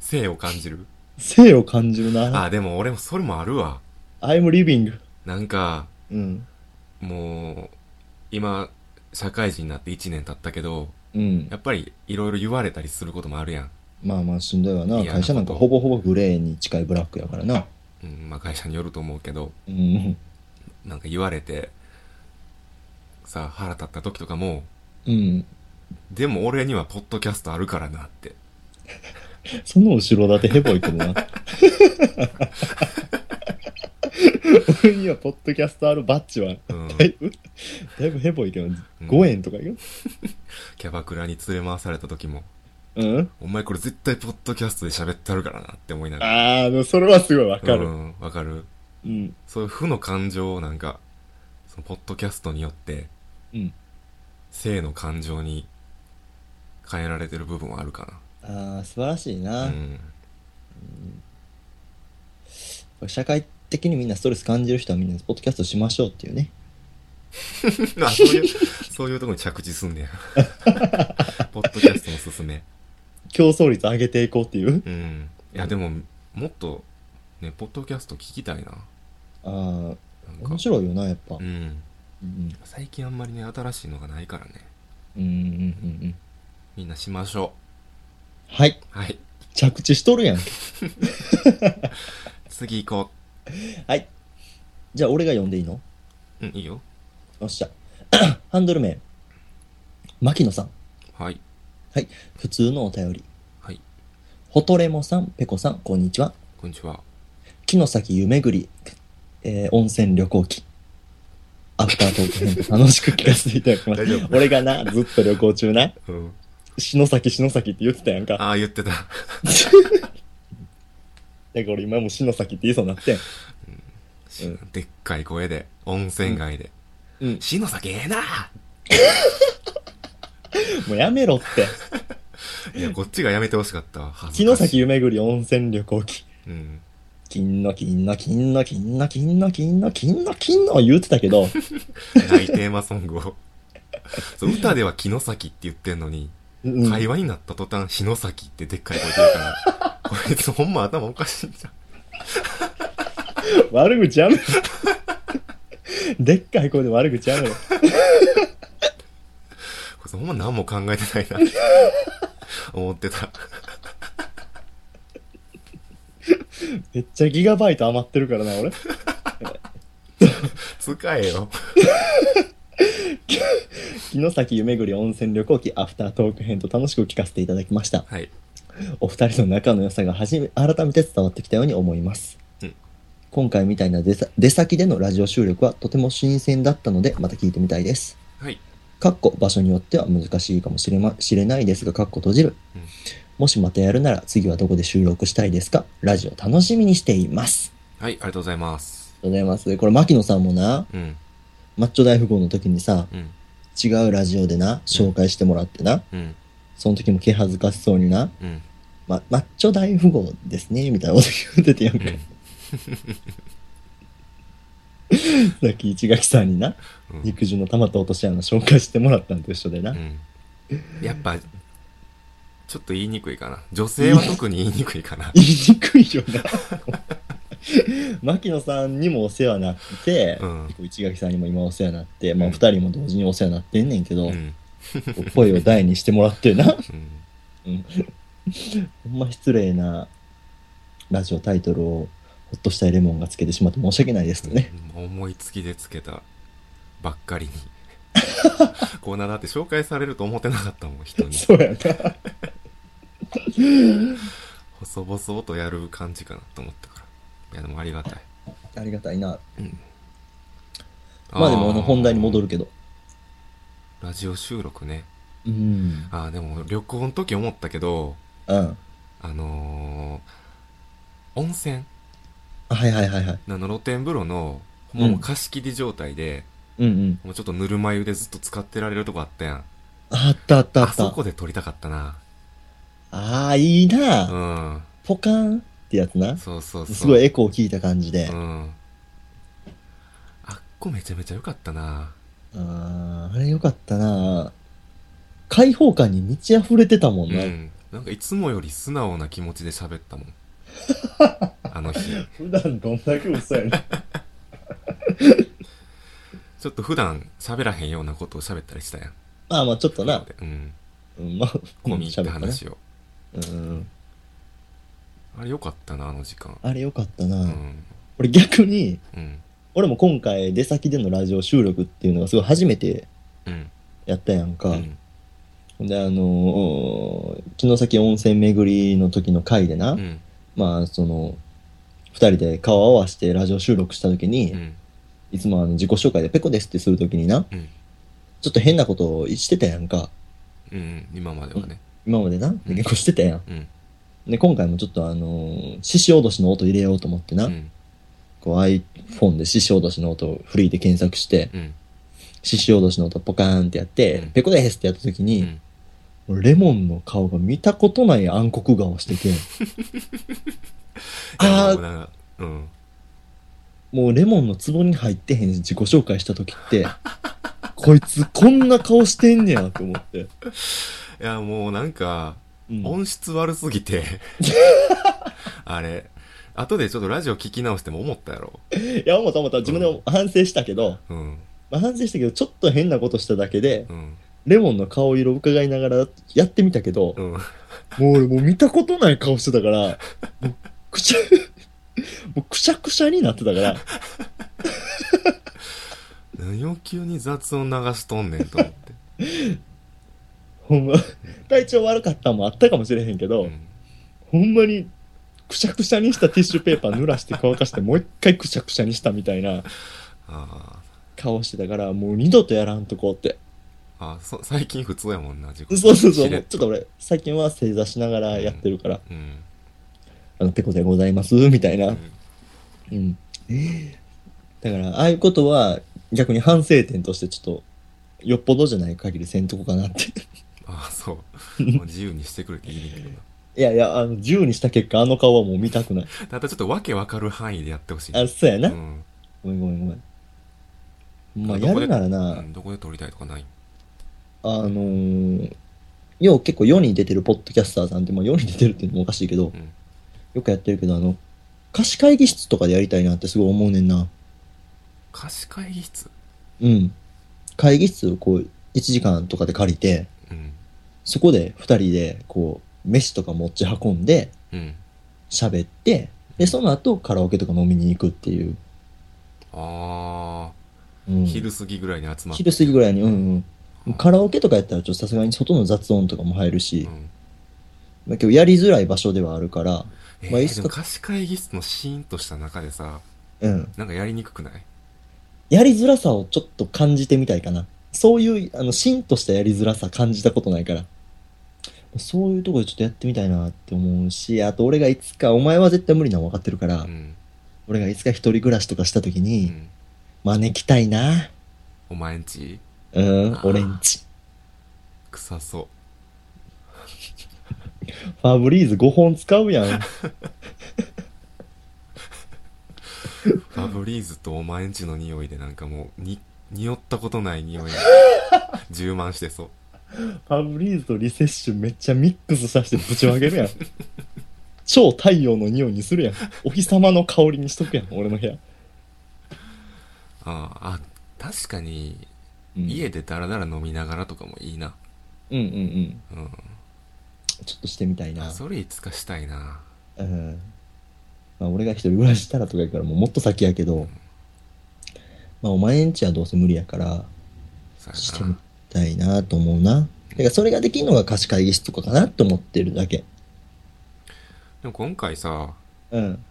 Speaker 1: 性を感じる。
Speaker 2: 生を感じるな。
Speaker 1: あ、でも俺もそれもあるわ。
Speaker 2: I'm living.
Speaker 1: なんか、
Speaker 2: うん。
Speaker 1: もう、今、社会人になって1年経ったけど、
Speaker 2: うん
Speaker 1: や。っぱりいろいろ言われたりすることもあるやん。
Speaker 2: まあまあしんどいわな。
Speaker 1: 嫌なこと
Speaker 2: 会社なんかほぼほぼグレーに近いブラックやからな。
Speaker 1: うん、まあ会社によると思うけど、
Speaker 2: うん。
Speaker 1: なんか言われて、さ、腹立った時とかも、
Speaker 2: うん。
Speaker 1: でも俺にはポッドキャストあるからなって。
Speaker 2: その後ろ盾ヘボいけどな。俺にはポッドキャストあるバッジは、
Speaker 1: うん。
Speaker 2: だいぶ、だいぶヘボいけど、5円とかよ。
Speaker 1: キャバクラに連れ回された時も、
Speaker 2: うん。
Speaker 1: お前これ絶対ポッドキャストで喋ってあるからなって思いながら。
Speaker 2: ああ、でもそれはすごいわか
Speaker 1: う
Speaker 2: る。
Speaker 1: ん、わかる。
Speaker 2: うん。
Speaker 1: そういう負の感情をなんか、そのポッドキャストによって、
Speaker 2: うん。
Speaker 1: 性の感情に変えられてる部分はあるか
Speaker 2: ああ、素晴らしいな。
Speaker 1: な。うん。
Speaker 2: 社会的にみんなストレス感じる人はみんなポッドキャストしましょうっていうね。
Speaker 1: あそう いう、そういうとこに着地すんねや。 ポッドキャストのすすめ。
Speaker 2: 競争率上げていこうっていう。
Speaker 1: うん。いや、でも、もっと、ね、ポッドキャスト聞きたいな。
Speaker 2: ああ、
Speaker 1: なんか
Speaker 2: 面、白いよな、やっぱ。う。
Speaker 1: うんん。
Speaker 2: うん
Speaker 1: 最近あんまりね、新しいのがないからね。
Speaker 2: うんうんうん。
Speaker 1: みんなしましょ
Speaker 2: はい。
Speaker 1: う。はい。
Speaker 2: 着地しとるやん。
Speaker 1: 次行こ
Speaker 2: はい。じゃあ、俺が読んでいいの
Speaker 1: う。うん、いいよ。
Speaker 2: よっしゃ。 ハンドル名。牧野さん。
Speaker 1: はい。
Speaker 2: はい。普通のお便り。
Speaker 1: はい。
Speaker 2: ほとれもさん、ペコさん、こんにちは。
Speaker 1: こんにちは。
Speaker 2: 木の先夢ぐり、えー温泉旅行記。アフタートーク編で楽しく聞かせていただきま
Speaker 1: 大丈
Speaker 2: す。
Speaker 1: 夫
Speaker 2: 俺がな、ずっと旅行中な、
Speaker 1: うん。
Speaker 2: 篠崎篠崎って言ってたやんか。
Speaker 1: ああ、言ってた。
Speaker 2: だから俺今も篠崎って言いそうになってん。ん
Speaker 1: でっかい声で、温泉街で。
Speaker 2: うん。
Speaker 1: 死の酒ええな
Speaker 2: もうやめ ろって。
Speaker 1: いや、こっちがやめてほしかったわ。恥ず
Speaker 2: 木の
Speaker 1: かしい
Speaker 2: 先夢ぐり温泉旅行記。
Speaker 1: うん。
Speaker 2: 金の金の金の金の金の金の金の金の言ってた けど、
Speaker 1: ないテーマソングを。 そう、歌では木の先って言ってんのに、
Speaker 2: うん
Speaker 1: 会話になった途端、日の先ってでっかい声出る から、こいつほんま頭おかしいんじゃん。
Speaker 2: 悪口やめろ。 でっかい声で悪口やめろ。
Speaker 1: こいつほんま何も考えて ないな。思ってた。
Speaker 2: めっちゃギガバイト余ってるからな、俺。
Speaker 1: 使えよ。
Speaker 2: 城崎夢ぐり温泉旅行記アフタートーク編と楽しく聞かせていただきました。
Speaker 1: はい。
Speaker 2: お二人の仲の良さがはじめ改めて伝わってきたように思います。
Speaker 1: うん
Speaker 2: 今回みたいな出さ出先でのラジオ収録はとても新鮮だったので、また聞いてみたいです。
Speaker 1: はい。
Speaker 2: かっこ場所によっては難しいかもしれ,、ま、しれないですが、かっこ閉じる、
Speaker 1: うん
Speaker 2: もしまたやるなら次はどこで収録したいですかラジオ楽しみにしています。
Speaker 1: はい、ありがとうございます。
Speaker 2: ありがとうございます。これ、牧野さんもな、
Speaker 1: うん、
Speaker 2: マッチョ大富豪の時にさ、
Speaker 1: うん、
Speaker 2: 違うラジオでな、紹介してもらってな、
Speaker 1: うん、
Speaker 2: その時も気恥ずかしそうにな、
Speaker 1: うん、
Speaker 2: ま、マッチョ大富豪ですね、みたいなこと言っててやん
Speaker 1: う
Speaker 2: か。
Speaker 1: ん。
Speaker 2: さっき市垣さんにな、
Speaker 1: うん
Speaker 2: 肉汁の玉と落とし穴紹介してもらったんと一緒でな。
Speaker 1: うん、やっぱ、ちょっと言いにくいかな。女性は特に言いにくいかな。
Speaker 2: 言いにくいよな。牧野さんにもお世話になって、
Speaker 1: うん
Speaker 2: 結構市垣さんにも今お世話になって、まあ
Speaker 1: う
Speaker 2: お
Speaker 1: ん
Speaker 2: 二人も同時にお世話になってんねんけど、
Speaker 1: うん、
Speaker 2: 声を大にしてもらってな。
Speaker 1: うん。
Speaker 2: ほんま失礼なラジオタイトルをほっとしたいレモンがつけてしまって申し訳ないですね。
Speaker 1: 思いつきでつけたばっかりにこんなだって紹介されると思ってなかったもん人に
Speaker 2: そうやな。
Speaker 1: 細々とやる感じかなと思ったからいやでもありがたい
Speaker 2: ありがたいな。まあでもあの本題に戻
Speaker 1: る
Speaker 2: るけど。
Speaker 1: ラジオ収録ね
Speaker 2: うん。
Speaker 1: ああでも旅行の時思ったけど
Speaker 2: うん。
Speaker 1: あのー、温泉
Speaker 2: あはいはいはいはい。
Speaker 1: あの露天風呂のほんま
Speaker 2: うん
Speaker 1: もう貸し切り状態で、
Speaker 2: うんうん。
Speaker 1: もうちょっとぬるま湯でずっと使ってられるとこあったやん
Speaker 2: あったあったあ
Speaker 1: あ
Speaker 2: った。
Speaker 1: そこで撮りたかったな
Speaker 2: ああ、いいな、
Speaker 1: うん
Speaker 2: ポカンってやつな。
Speaker 1: そうそうそう
Speaker 2: すごいエコー聞いた感じで。
Speaker 1: うん。あっこめちゃめちゃ良かったな。
Speaker 2: あーあれよかったな開放感に満ち溢れてたも
Speaker 1: うん
Speaker 2: な。
Speaker 1: ん。なんかいつもより素直な気持ちで喋った もん。あの日。
Speaker 2: 普段どんだけ嘘やねん。
Speaker 1: ちょっと普段喋らへんようなことを喋ったりしたやん。
Speaker 2: まあまあちょっとな。
Speaker 1: うん。
Speaker 2: うん、まあ、
Speaker 1: コミって
Speaker 2: 喋ったね
Speaker 1: 話を。
Speaker 2: うん。
Speaker 1: あれ良かったな、あの時間。
Speaker 2: あれよかったな、
Speaker 1: うん。
Speaker 2: 俺逆に、
Speaker 1: うん。
Speaker 2: 俺も今回出先でのラジオ収録っていうのがすごい初めて
Speaker 1: うん。
Speaker 2: やったやんか。
Speaker 1: うん。
Speaker 2: ほんで、あのー、城崎温泉巡りの時の回でな、
Speaker 1: うん。
Speaker 2: まあ、その、二人で顔を合わせてラジオ収録した時に、
Speaker 1: うん。
Speaker 2: いつもあの自己紹介でペコですってするときにな、
Speaker 1: うん
Speaker 2: ちょっと変なことをしてたやんか。
Speaker 1: うん。今まではね。
Speaker 2: 今までな、結構してたやん。
Speaker 1: うん。
Speaker 2: で、今回もちょっとあのー、獅子おどしの音入れようと思ってな、
Speaker 1: うん。
Speaker 2: こう iPhone で獅子おどしの音をフリーで検索して、
Speaker 1: うん。
Speaker 2: 獅子おどしの音ポカーンってやって、
Speaker 1: うん
Speaker 2: ペコですってやったとき
Speaker 1: う
Speaker 2: に、
Speaker 1: ん。
Speaker 2: レモンの顔が見たことない暗黒顔し てて、あ
Speaker 1: いやもう
Speaker 2: ー、
Speaker 1: なんかうん。
Speaker 2: もうレモンの壺に入ってへん自己紹介したときって、こいつこんな顔してんねやと思って。
Speaker 1: いや、もうなんか、
Speaker 2: うん
Speaker 1: 音質悪すぎ てあれ後でちょっとラジオ聞き直しても思ったやろ
Speaker 2: いや、思った思った。自分でも反省したけど、
Speaker 1: うん
Speaker 2: まあ、反省したけど、ちょっと変なことしただけで、
Speaker 1: うん
Speaker 2: レモンの顔色を伺いながらやってみたけど、
Speaker 1: うん
Speaker 2: もう俺もう見たことない顔してたから、もうくちゃ、もうくし ゃくしゃになってたから、
Speaker 1: 何を急に雑音流しとんねんと思 って、
Speaker 2: ほんま、体調悪かったのもあったかもしれへんけど、
Speaker 1: うん、
Speaker 2: ほんまに、くしゃくしゃにしたティッシュペーパー濡らして乾かして、もう一回くしゃくしゃにしたみたいな
Speaker 1: あ
Speaker 2: 顔してたから、もう二度とやらんとこうって。
Speaker 1: ーあーそ最近普通やもんな自己
Speaker 2: そうそうそう、
Speaker 1: し
Speaker 2: も
Speaker 1: れ
Speaker 2: うちょっと俺、最近は正座しながらやってるから、
Speaker 1: うん、
Speaker 2: あの、ペコでございます、みたいうな。
Speaker 1: ん、
Speaker 2: うん。だから、ああいうことは逆に反省点としてちょっと、よっぽどじゃない限りせんとこかなって。
Speaker 1: ああそうもう自由にしてくれていいねんけどな
Speaker 2: いやいや、あの、10にした結果、あの顔はもう見たくない。
Speaker 1: ただちょっとわけわかる範囲でやってほしい。
Speaker 2: あ、そうやな。
Speaker 1: うん。
Speaker 2: ごめんごめんごめん。まあ、
Speaker 1: ど
Speaker 2: や
Speaker 1: こで
Speaker 2: るなら
Speaker 1: う
Speaker 2: な、
Speaker 1: んどこで撮りたいとかない
Speaker 2: あのー、よう結構世に出てるポッドキャスターさんって、まあ世に出てるっていうのもおかしいけど、
Speaker 1: うん
Speaker 2: よくやってるけど、あの、貸し会議室とかでやりたいなってすごい思うねんな。
Speaker 1: 貸し会議室
Speaker 2: うん。会議室をこう、1時間とかで借りて、
Speaker 1: うん。
Speaker 2: そこで2人で、こう、飯とか持ち運んで、
Speaker 1: うん。
Speaker 2: 喋って、で、その後カラオケとか飲みに行くっていう。
Speaker 1: あ
Speaker 2: う
Speaker 1: ー、
Speaker 2: ん、
Speaker 1: 昼過ぎぐらいに集まって。
Speaker 2: 昼過ぎぐらいに、うんうん。カラオケとかやったら、ちょっとさすがに外の雑音とかも入る
Speaker 1: う、
Speaker 2: し
Speaker 1: ん。
Speaker 2: まあ、今日やりづらい場所ではあるから、
Speaker 1: え
Speaker 2: まあい
Speaker 1: ー、
Speaker 2: つ
Speaker 1: で
Speaker 2: か
Speaker 1: も貸し会議室のシーンとした中でさ、
Speaker 2: うん。
Speaker 1: なんかやりにくくない
Speaker 2: やりづらさをちょっと感じてみたいかな。そういう、あの、シンとしたやりづらさ感じたことないから。そういうとこでちょっとやってみたいなって思うし、あと俺がいつか、お前は絶対無理なの分かってるから、
Speaker 1: うん。
Speaker 2: 俺がいつか一人暮らしとかした時
Speaker 1: う
Speaker 2: に、
Speaker 1: ん。
Speaker 2: 招きたいな。
Speaker 1: お前んち
Speaker 2: うん
Speaker 1: あ、ー
Speaker 2: 俺んち。
Speaker 1: 臭そう。
Speaker 2: ファブリーズ5本使 うやん。
Speaker 1: ファブリーズとお前んちの匂いでなんかもう、に、匂ったことない匂い が充満してそう。
Speaker 2: ファブリーズとリセッシュめっちゃミックスさせてぶちまけるやん。超太陽の匂いにするやん。お日様の香りにしとくやん、俺の部屋。
Speaker 1: あーあ、確かに、
Speaker 2: うん、
Speaker 1: 家でダラダラ飲みながらとかもいいな。
Speaker 2: うんうんう
Speaker 1: う
Speaker 2: ん。
Speaker 1: ん。
Speaker 2: ちょっとしてみたいな。
Speaker 1: それいつかしたいな。
Speaker 2: うん。まあ俺が一人暮らししたらとか言うからもうもっと先やけど、まあお前んちはどうせ無理やから、
Speaker 1: さ
Speaker 2: して
Speaker 1: よ
Speaker 2: み
Speaker 1: な
Speaker 2: たいなと思うな。だからそれができるのが貸し会議室とかかなと思ってるだけ。
Speaker 1: でも今回さ、
Speaker 2: うん。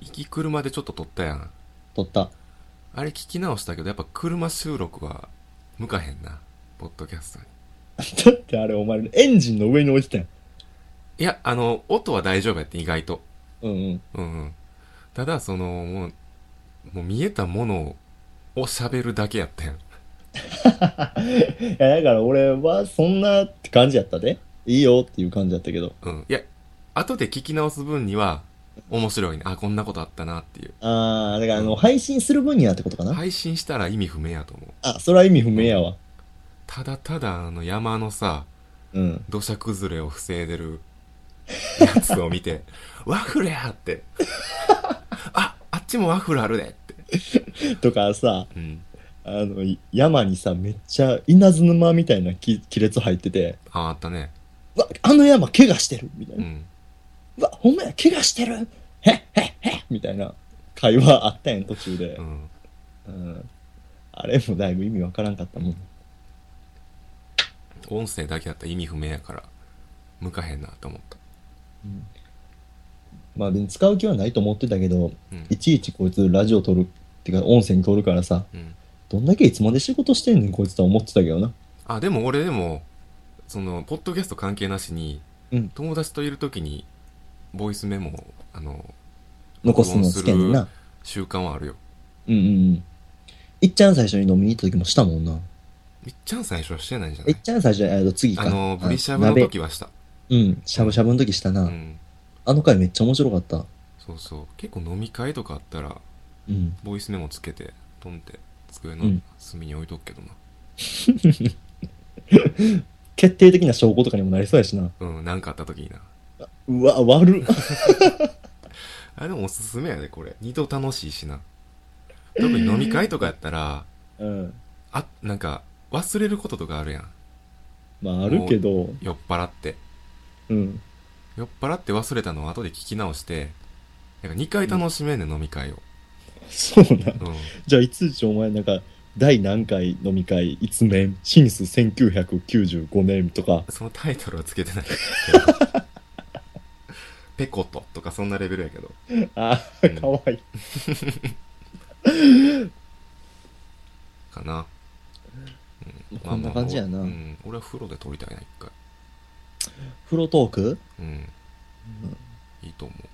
Speaker 1: 行き車でちょっと撮ったやん。
Speaker 2: 撮った。
Speaker 1: あれ聞き直したけど、やっぱ車収録は向かへんな。ポッドキャストに。
Speaker 2: だってあれお前エンジンの上に置いてたやん。
Speaker 1: いや、あの、音は大丈夫やって、意外と。
Speaker 2: うんうん。
Speaker 1: うんうん。ただ、その、もう、もう見えたものを喋るだけやったやん。
Speaker 2: いや、だから俺はそんなって感じやったで。いいよっていう感じやったけど。
Speaker 1: うん。いや、後で聞き直す分には、面白いね。あ、こんなことあったなっていう。
Speaker 2: あー、だからあの、配信する分にはってことかな。
Speaker 1: 配信したら意味不明やと思う。
Speaker 2: あ、それは意味不明やわ。
Speaker 1: ただただ、あの、山のさ、
Speaker 2: うん。
Speaker 1: 土砂崩れを防いでる やつを見て、 ワッフルやって。 あ、あっちもワッフルあるでって。
Speaker 2: とかさ、
Speaker 1: うん。
Speaker 2: あの、い山にさ、めっちゃ稲妻みたいなき亀裂入ってて、
Speaker 1: あ、あったね。
Speaker 2: うわ、あの山怪我してるみたいうな。
Speaker 1: ん。
Speaker 2: うわ、ほんまや、怪我してるへっへっへっみたいな会話あったやん、途中で
Speaker 1: う。ん。
Speaker 2: うん。あれもだいぶ意味わからんかったもん。
Speaker 1: 音声だけだったら意味不明やから、向かへんなと思った。
Speaker 2: まあ、でも使う気はないと思ってたけど、
Speaker 1: うん。
Speaker 2: いちいちこいつラジオ撮る、ってか音声に撮るからさ、
Speaker 1: うん。
Speaker 2: どんだけいつまで仕事してんねん、こいつとは思ってたけどな。
Speaker 1: あ、でも俺でも、その、ポッドキャスト関係なしに、
Speaker 2: うん
Speaker 1: 友達といるときに、ボイスメモを、あの、
Speaker 2: 残すの好きやねんな。
Speaker 1: 習慣はあるよ。
Speaker 2: うんうんうん。いっちゃん最初に飲みに行った時もしたもんな。
Speaker 1: みっちゃん最初はしてないんじゃない
Speaker 2: いっちゃん最初に、えっと次か。
Speaker 1: あの、ブリシャブ
Speaker 2: あ
Speaker 1: の
Speaker 2: 鍋
Speaker 1: 時はした。
Speaker 2: うん、しゃぶしゃぶの時したな。
Speaker 1: うん。
Speaker 2: あの回めっちゃ面白かった。
Speaker 1: そうそう。結構飲み会とかあったら、
Speaker 2: うん。
Speaker 1: ボイスメモつけて、トンって、机
Speaker 2: う
Speaker 1: の
Speaker 2: ん
Speaker 1: 隅に置いとくけどな。
Speaker 2: 決定的な証拠とかにもなりそうやしな。
Speaker 1: うん、なんかあった時にな。
Speaker 2: うわ、悪っ。
Speaker 1: あ、でもおすすめやで、これ。二度楽しいしな。特に飲み会とかやったら、
Speaker 2: うん。
Speaker 1: あ、なんか、忘れることとかあるやん。
Speaker 2: まあ、あるけど、
Speaker 1: 酔っ払って。
Speaker 2: うん。
Speaker 1: 酔っ払って忘れたのを後で聞き直して、なんか2回楽しめんねん、飲み会を。
Speaker 2: そうなん。
Speaker 1: うん。
Speaker 2: じゃあ、いつじゃお前なんか、第何回飲み会、いつ年、シンス1995年とか、
Speaker 1: そのタイトルはつけてないけど。ペコととかそんなレベルやけど。
Speaker 2: あ
Speaker 1: うん
Speaker 2: ー、かわいい。
Speaker 1: かな。うん
Speaker 2: こんな感じやな
Speaker 1: うん。俺は風呂で撮りたいな、一回。
Speaker 2: フロトーク
Speaker 1: うん。いいと思う。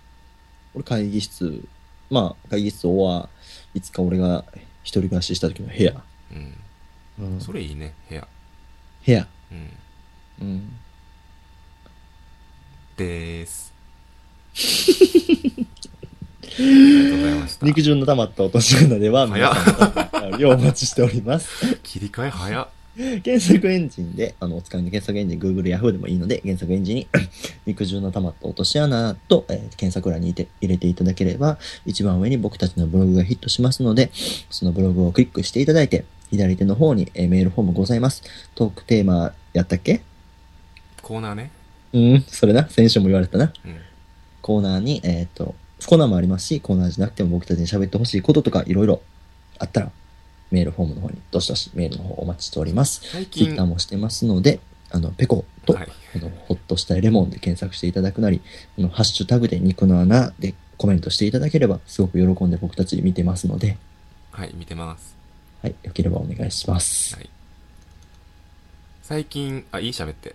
Speaker 2: 俺会議室、まあ、会議室はいつか俺が一人暮らしした時の部屋。
Speaker 1: うん。
Speaker 2: うん
Speaker 1: それいいね、部屋。
Speaker 2: 部屋。
Speaker 1: うん。
Speaker 2: うん。
Speaker 1: です。ありがとうございました。
Speaker 2: 肉汁の溜まった落とし穴では、
Speaker 1: 早
Speaker 2: 皆
Speaker 1: っ
Speaker 2: さんのお 便りをお待ちしております。
Speaker 1: 切り替え早っ。
Speaker 2: 検索エンジンで、あの、お使いの検索エンジン、Google、Yahoo でもいいので、検索エンジンに、 肉汁の溜まった落とし穴と、えー検索欄にいて入れていただければ、一番上に僕たちのブログがヒットしますので、そのブログをクリックしていただいて、左手の方に、えーメールフォームございます。トークテーマやったっけ
Speaker 1: コーナーね。
Speaker 2: うん、それな、先週も言われたな。
Speaker 1: うん。
Speaker 2: コーナーに、えっ、と、コーナーもありますし、コーナーじゃなくても僕たちに喋ってほしいこととかいろいろあったら、メールフォームの方に、どしどしメールの方お待ちしております。
Speaker 1: 最
Speaker 2: ツイ
Speaker 1: 近、
Speaker 2: ッターもしてますので、あの、ペコと、
Speaker 1: はい。
Speaker 2: あの、ほっとしたいレモンで検索していただくなり、あの、ハッシュタグで肉の穴でコメントしていただければ、すごく喜んで僕たち見てますので、
Speaker 1: はい、見てます。
Speaker 2: はい、よければお願いしま す
Speaker 1: は。い。最近、あ、いい喋って。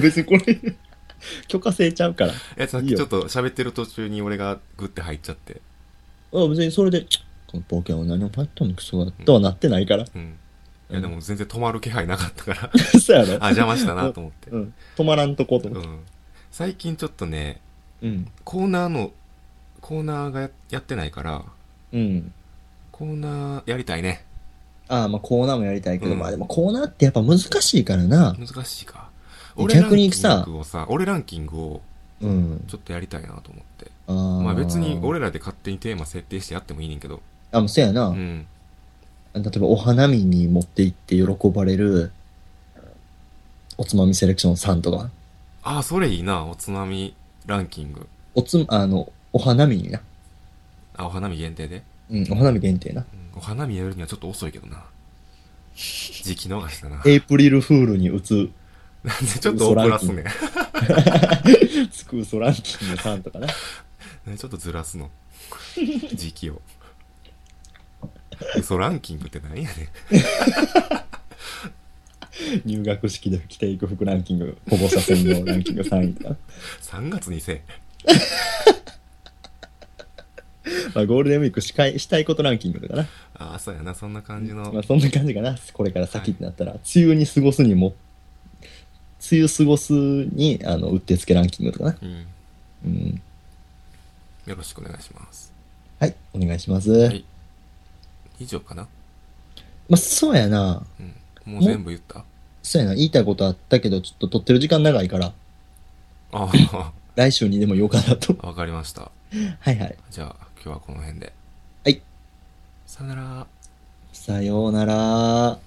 Speaker 2: 別にこれ、許可制ちゃうから。
Speaker 1: え、さっ
Speaker 2: いい
Speaker 1: き
Speaker 2: よ
Speaker 1: ちょっと喋ってる途中に俺がグッて入っちゃって。
Speaker 2: あ別にそれで、この冒険を何をパッとのクソがとはなってないから。
Speaker 1: うん。いや、でも全然止まる気配なかったから。
Speaker 2: そうやろ
Speaker 1: あ、邪魔したなと思って。
Speaker 2: うん。止まらんとこうと
Speaker 1: う
Speaker 2: 思って。
Speaker 1: ん。最近ちょっとね、
Speaker 2: うん。
Speaker 1: コーナーの、コーナーがややってないから、
Speaker 2: うん。
Speaker 1: コーナーやりたいね。
Speaker 2: ああ、まあコーナーもやりたいけど、
Speaker 1: うん
Speaker 2: まあでもコーナーってやっぱ難しいからな。
Speaker 1: 難しいか。
Speaker 2: 逆にさ
Speaker 1: 俺ランキングをさ、俺ランキングを
Speaker 2: うん。
Speaker 1: ちょっとやりたいなと思って。
Speaker 2: あ
Speaker 1: ま
Speaker 2: ま
Speaker 1: あ別に。俺らで勝手にテーマ設定してやってもいいねんけど。
Speaker 2: あ、もうそうやな。
Speaker 1: うん。
Speaker 2: 例えばお花見に持って行って喜ばれる、おつまみセレクション3とか。
Speaker 1: ああ、それいいな。おつまみランキング。
Speaker 2: おつ、あの、お花見にな。
Speaker 1: あ、お花見限定で。
Speaker 2: うん、お花見限定な。
Speaker 1: うんお花見やるにはちょっと遅いけど な。時期逃したな。
Speaker 2: エイプリルフールに打つ、
Speaker 1: なんでちょっと遅らすね。
Speaker 2: つく嘘ランキング3とかな。
Speaker 1: ねちょっとずらすの。時期を。嘘ランキングって何やねん。
Speaker 2: 入学式で着ていく服ランキング、保護者専用ランキング3位とか。
Speaker 1: 3月にせえ。
Speaker 2: まあゴールデンウィークしかいしたいことランキングとかな。
Speaker 1: ああ、そうやな。そんな感じの。
Speaker 2: まあそんな感じかな。これから先ってなったら、梅雨に過ごすにも、梅雨過ごすに、あの、うってつけランキングとかな。
Speaker 1: うん。
Speaker 2: うん。
Speaker 1: よろしくお願いします。
Speaker 2: はい、お願いします。
Speaker 1: はい。以上かな
Speaker 2: まあ、そうやな。
Speaker 1: うん。もう全部言った
Speaker 2: そうやな。言いたいことあったけど、ちょっと撮ってる時間長いから、
Speaker 1: あ
Speaker 2: 来週にでも言おうかなと。
Speaker 1: あ、わかりました。
Speaker 2: はいはい。
Speaker 1: じゃあ、今日はこの辺で。
Speaker 2: はい。
Speaker 1: さよなら。
Speaker 2: さようなら。